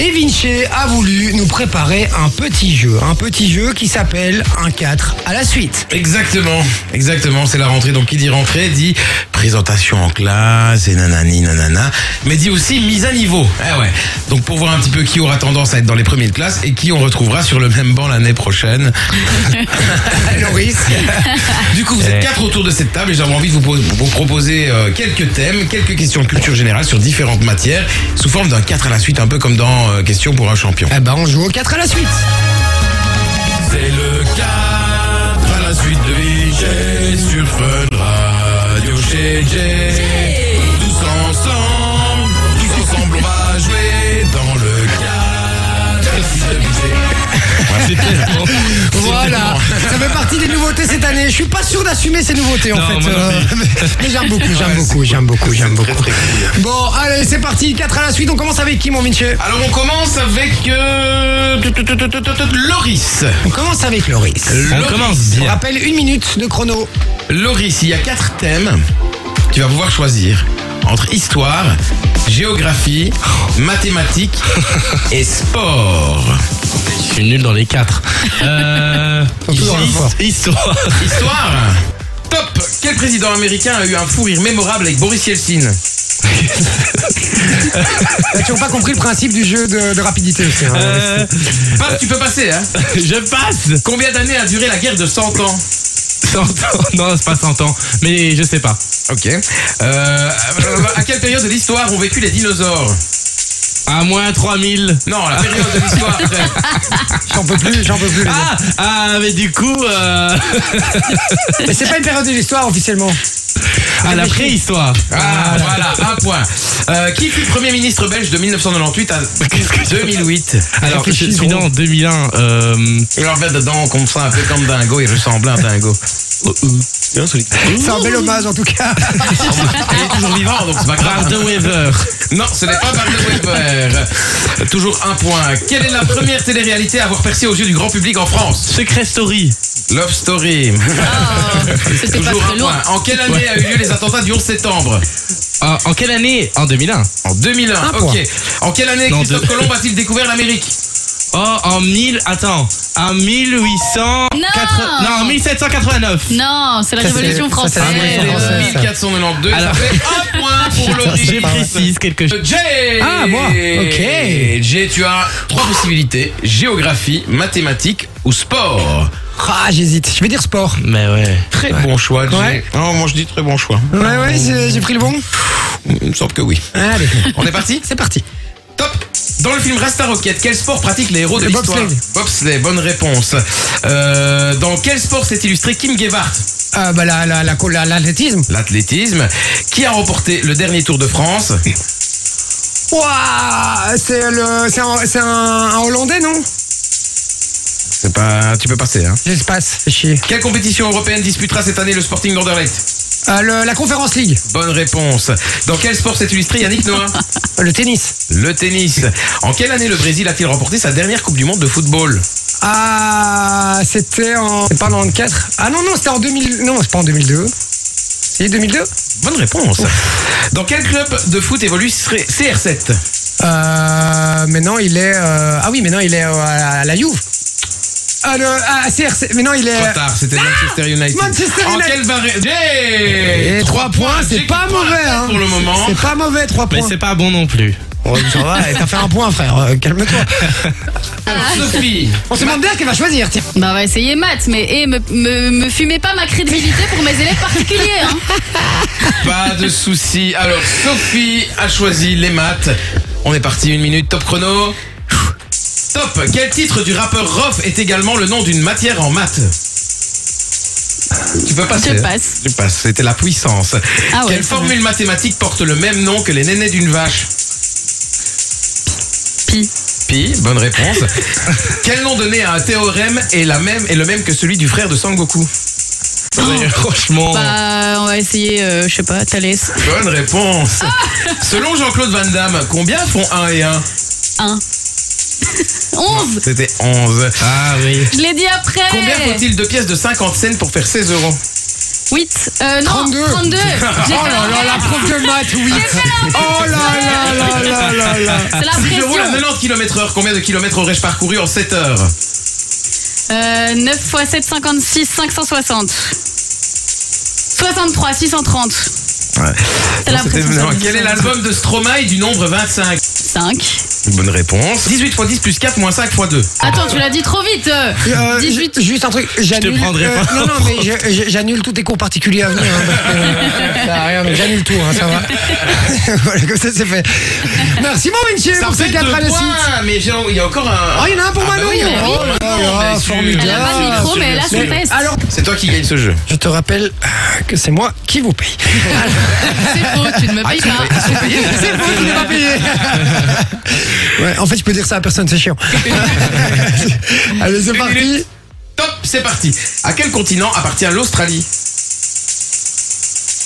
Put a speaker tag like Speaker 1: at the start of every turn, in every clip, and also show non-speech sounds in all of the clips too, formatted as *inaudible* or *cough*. Speaker 1: Et Vinci a voulu nous préparer un petit jeu, un petit jeu qui s'appelle un 4 à la suite.
Speaker 2: Exactement, exactement, c'est la rentrée. Donc qui dit rentrée dit présentation en classe et nanani nanana, mais dit aussi mise à niveau. Eh ouais. Donc pour voir un petit peu qui aura tendance à être dans les premiers de classe et qui on retrouvera sur le même banc l'année prochaine. *laughs*
Speaker 3: Eh,
Speaker 1: Loris,
Speaker 2: Du coup, vous êtes quatre autour de cette table et j'avais envie de vous, pos- vous proposer euh, quelques thèmes, quelques questions de culture générale sur différentes matières sous forme d'un 4 à la suite, un peu comme dans euh, Question pour un champion.
Speaker 1: eh ben on joue au 4 à la suite.
Speaker 2: C'est le 4 à la suite de Vigée sur Fun Radio chez Jay. Tous ensemble, tous ensemble, on va jouer dans le 4 à la suite de *laughs* Vigée.
Speaker 1: Voilà, ça fait partie des nouveautés cette année. Je suis pas sûr d'assumer ces nouveautés en
Speaker 3: Non,
Speaker 1: fait.
Speaker 3: moi non
Speaker 1: euh, mais j'aime beaucoup, j'aime beaucoup, j'aime beaucoup, j'aime beaucoup. Bon, allez, c'est parti, 4 à la suite. On commence avec qui, mon Vinci
Speaker 2: Alors on commence avec euh, tout, tout, tout, tout, tout, tout, Loris.
Speaker 1: On commence avec Loris.
Speaker 3: On
Speaker 2: Loris.
Speaker 3: commence
Speaker 1: On
Speaker 3: bien.
Speaker 1: rappelle une minute de chrono.
Speaker 2: Loris, il y a quatre thèmes. Tu vas pouvoir choisir entre histoire, géographie, mathématiques et sport.
Speaker 3: Je suis nul dans les quatre. Euh,
Speaker 1: Surtout dans le
Speaker 3: his-
Speaker 1: fort.
Speaker 3: histoire.
Speaker 2: Histoire Top Quel président américain a eu un fou rire mémorable avec Boris Yeltsin
Speaker 1: T'as toujours pas compris le principe du jeu de, de rapidité aussi. hein, Loris.
Speaker 3: *laughs* Euh,
Speaker 2: Passe, tu peux passer, hein
Speaker 3: je passe.
Speaker 2: Combien d'années a duré la guerre de 100 ans
Speaker 3: 100 ans. Non, c'est pas 100 ans. Mais je sais pas.
Speaker 2: Ok. Euh, à quelle période de l'histoire ont vécu les dinosaures
Speaker 3: À moins 3000.
Speaker 2: Non, la période de l'histoire. *laughs* frère.
Speaker 1: J'en peux plus, j'en peux plus. les gars.
Speaker 3: Ah, ah, mais du coup, euh,
Speaker 1: Mais c'est pas une période de l'histoire officiellement.
Speaker 3: à la préhistoire.
Speaker 2: Ah, voilà, un point. Euh, qui fut premier ministre belge de 1998 à 2008
Speaker 3: Alors, je
Speaker 1: Réfléchis,
Speaker 3: suis
Speaker 1: gros.
Speaker 3: dans 2001. Euh,
Speaker 2: Il en fait dedans comme ça, un peu comme Dingo, il ressemble à un *laughs* Dingo.
Speaker 1: C'est un bel hommage en tout cas.
Speaker 2: Il est toujours vivant, donc c'est pas grave.
Speaker 3: Barden Weaver.
Speaker 2: Non, ce n'est pas Barney Weber. Toujours un point. Quelle est la première télé-réalité à avoir percé aux yeux du grand public en France
Speaker 3: Secret Story.
Speaker 2: Love Story.
Speaker 4: C'était Euh, pas
Speaker 2: Toujours un
Speaker 4: très loin.
Speaker 2: point. En quelle année a eu lieu les attentats du 11 septembre
Speaker 3: En, Ah, en quelle année En 2001.
Speaker 2: En 2001.
Speaker 1: Un
Speaker 2: ok.
Speaker 1: point.
Speaker 2: En quelle année
Speaker 3: Non,
Speaker 2: Christophe
Speaker 3: deux.
Speaker 2: Colomb a-t-il découvert l'Amérique
Speaker 3: Oh, en 1000. Attends. En 1800.
Speaker 4: Non.
Speaker 3: non en 1789.
Speaker 4: Non, c'est la
Speaker 1: Ça, c'est-
Speaker 4: Révolution
Speaker 1: ça, c'est
Speaker 4: française.
Speaker 1: la
Speaker 2: C'est
Speaker 1: Révolution française. ça.
Speaker 2: 1492.
Speaker 3: Alors-
Speaker 2: Ça fait un point pour
Speaker 3: Je
Speaker 2: Laurie.
Speaker 3: précise quelque chose.
Speaker 2: Jay
Speaker 1: Ah, moi. Ok.
Speaker 2: Jay, tu as trois possibilités. Géographie, mathématiques ou sport.
Speaker 1: Ah, j'hésite. Je vais dire sport.
Speaker 3: Mais ouais.
Speaker 2: Très bon choix, Jay.
Speaker 1: Ouais.
Speaker 2: Non, moi je dis très bon choix.
Speaker 1: Ouais, ouais, j'ai j'ai pris le bon.
Speaker 2: Il me semble que oui.
Speaker 1: Allez,
Speaker 2: On est parti
Speaker 1: c'est parti.
Speaker 2: Top Dans le film Rasta Rocket, quel sport pratiquent les héros de
Speaker 1: Le
Speaker 2: l'histoire
Speaker 1: bobsleigh.
Speaker 2: Bobsleigh, bonne réponse. Euh, dans quel sport s'est illustré Kim Gebhardt
Speaker 1: Ah bah, la, la, la, la- l'athlétisme.
Speaker 2: L'athlétisme. Qui a remporté le dernier Tour de France
Speaker 1: Ouah, c'est le, c'est un, c'est un- un Hollandais, non
Speaker 2: C'est pas... Tu peux passer, hein.
Speaker 1: Je se passe, fais chier.
Speaker 2: Quelle compétition européenne disputera cette année le Sporting d'Anderlecht
Speaker 1: Euh, le- la Conférence League,
Speaker 2: Bonne réponse. Dans quel sport s'est illustré Yannick *laughs* Noah
Speaker 1: le tennis.
Speaker 2: Le tennis. En quelle année le Brésil a-t-il remporté sa dernière Coupe du Monde de football
Speaker 1: Ah, c'était en, c'est pas en 94. Ah non non, c'était en 2000. Non, c'est pas en 2002. C'est 2002.
Speaker 2: Bonne réponse. Dans quel club de foot évolue CR7
Speaker 1: Euh, maintenant il est. euh, ah oui, maintenant il est euh, à la Juve. Ah le, ah CRC. Maintenant il est.
Speaker 2: Trop tard, c'était Manchester United.
Speaker 1: Ah Manchester
Speaker 2: En
Speaker 1: United.
Speaker 2: quelle variété Hey
Speaker 1: Et trois points, c'est
Speaker 2: J'ai
Speaker 1: pas
Speaker 2: trois
Speaker 1: mauvais,
Speaker 2: points
Speaker 1: hein.
Speaker 2: Pour le moment.
Speaker 1: C'est pas mauvais, 3
Speaker 3: Mais
Speaker 1: points.
Speaker 3: c'est pas bon non plus.
Speaker 1: Oh, ça *laughs* va, et t'as fait un point, frère. euh, Calme-toi. Ah.
Speaker 2: Sophie,
Speaker 1: On se demande bien qu'elle va choisir. Tiens.
Speaker 4: Bah, on va essayer maths, mais eh, me, me, me fumez pas ma crédibilité pour mes élèves particuliers. Hein.
Speaker 2: pas de souci. Alors Sophie a choisi les maths. On est parti une minute top chrono. Top. Quel titre du rappeur Rof est également le nom d'une matière en maths Tu peux passer.
Speaker 4: Je
Speaker 2: hein.
Speaker 4: passe.
Speaker 2: Tu passes. C'était la puissance.
Speaker 4: Ah ouais,
Speaker 2: Quelle
Speaker 4: ça va.
Speaker 2: formule mathématique porte le même nom que les nénés d'une vache
Speaker 4: Pi.
Speaker 2: Pi, bonne réponse. *laughs* Quel nom donné à un théorème est, la même, est le même que celui du frère de Sangoku
Speaker 3: Ouais, Franchement.
Speaker 4: Bah, on va essayer, euh, je sais pas, Thalès.
Speaker 2: Bonne réponse.
Speaker 1: Ah.
Speaker 2: Selon Jean-Claude Van Damme, combien font 1 et 1
Speaker 4: *laughs* 1. 11.
Speaker 2: C'était 11.
Speaker 1: Eh.
Speaker 3: Ah oui.
Speaker 4: Je l'ai dit après.
Speaker 2: Combien faut-il de pièces de 50 cents pour faire 16 euros
Speaker 4: 8. Euh, non,
Speaker 1: 32.
Speaker 4: 32.
Speaker 1: Oh
Speaker 4: J'ai fait
Speaker 1: là là, la prof de maths, oui. Oh là là
Speaker 2: *laughs*
Speaker 1: là là là là.
Speaker 4: C'est la
Speaker 2: Si je roule à
Speaker 4: pression.
Speaker 2: 90 km heure, combien de kilomètres aurais-je parcouru en 7 heures
Speaker 4: Euh, 9 x 7, 56, 560. 63, 630. C'est la
Speaker 1: c'était
Speaker 4: pression.
Speaker 1: évident.
Speaker 2: Quel est l'album de Stromae du nombre 25
Speaker 4: 5.
Speaker 2: Une bonne réponse. 18 x 10 plus 4 moins 5 x 2.
Speaker 4: Attends, tu l'as dit trop vite. euh.
Speaker 1: Euh,
Speaker 4: 18.
Speaker 1: ju- Juste un truc, j'annule. euh,
Speaker 3: prendrai pas.
Speaker 1: non, non, mais je- je- j'annule tous tes cours particuliers à venir. hein, parce que, euh, ça sert à rien, donc j'annule tout, hein, ça va. *laughs* voilà, comme ça, c'est fait. Merci, mon Vinci,
Speaker 2: Ça
Speaker 1: pour ces
Speaker 2: fait
Speaker 1: 4 à
Speaker 2: deux
Speaker 1: la suite.
Speaker 2: points, mais j'ai- il y a encore
Speaker 1: Oh,
Speaker 2: un.
Speaker 1: il y en a un pour
Speaker 2: Ah, bah
Speaker 1: Manon
Speaker 2: oui,
Speaker 1: Oh
Speaker 2: bah oui,
Speaker 1: là
Speaker 2: bah
Speaker 1: là,
Speaker 2: bien sûr.
Speaker 1: formidable.
Speaker 4: Elle a pas de micro, mais elle a son
Speaker 2: Bien
Speaker 4: test.
Speaker 1: Alors,
Speaker 2: C'est toi qui gagne ce jeu.
Speaker 1: je te rappelle euh, que c'est moi qui vous paye.
Speaker 4: C'est
Speaker 5: *laughs*
Speaker 4: faux, tu ne me payes pas.
Speaker 1: *laughs* C'est vous qui n'avez pas payé. *laughs* Ouais, en fait, je peux dire ça à personne, *laughs* c'est chiant. Allez, c'est
Speaker 2: Une
Speaker 1: parti.
Speaker 2: minute. Top, c'est parti. À quel continent appartient l'Australie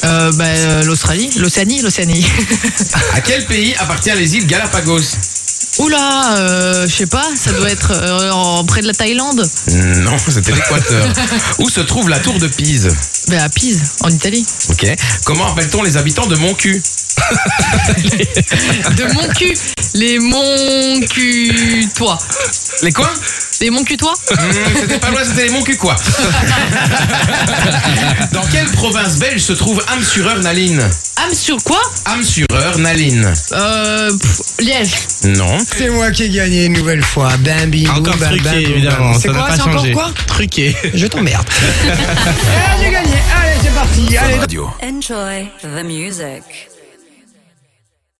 Speaker 5: Euh, bah, euh, L'Australie, l'Océanie, l'Océanie. *laughs*
Speaker 2: À quel pays appartient les îles Galapagos
Speaker 5: Oula, euh, je sais pas, ça doit être euh, en- près de la Thaïlande.
Speaker 2: Non, *laughs* c'était l'Équateur. Où se trouve la tour de Pise
Speaker 5: Bah, à Pise, en Italie.
Speaker 2: Ok. Comment appelle-t-on les habitants de mon cul
Speaker 5: De mon cul, les monts cul toi.
Speaker 2: Les quoi
Speaker 5: Les monts cul toi
Speaker 2: Hmm, C'était pas loin, c'était les mon cul quoi. *laughs* Dans quelle province belge se trouve Amsureur-Naline
Speaker 4: Ah,
Speaker 5: Âme sur quoi
Speaker 2: Amsureur-Naline.
Speaker 5: euh, pff, Liège.
Speaker 2: Non.
Speaker 1: C'est moi qui ai gagné une nouvelle fois. Bam, bim, boum,
Speaker 3: Encore
Speaker 1: bam, bam,
Speaker 3: truqué,
Speaker 1: boum, bam.
Speaker 3: évidemment.
Speaker 1: C'est
Speaker 3: Ça n'a
Speaker 1: quoi
Speaker 3: pas
Speaker 1: C'est encore
Speaker 3: changé.
Speaker 1: quoi
Speaker 3: Truqué.
Speaker 1: Je
Speaker 3: *laughs*
Speaker 1: t'emmerde. Eh, Ah, J'ai gagné. Allez, c'est parti. Allez,
Speaker 2: Radio.
Speaker 6: Enjoy the music.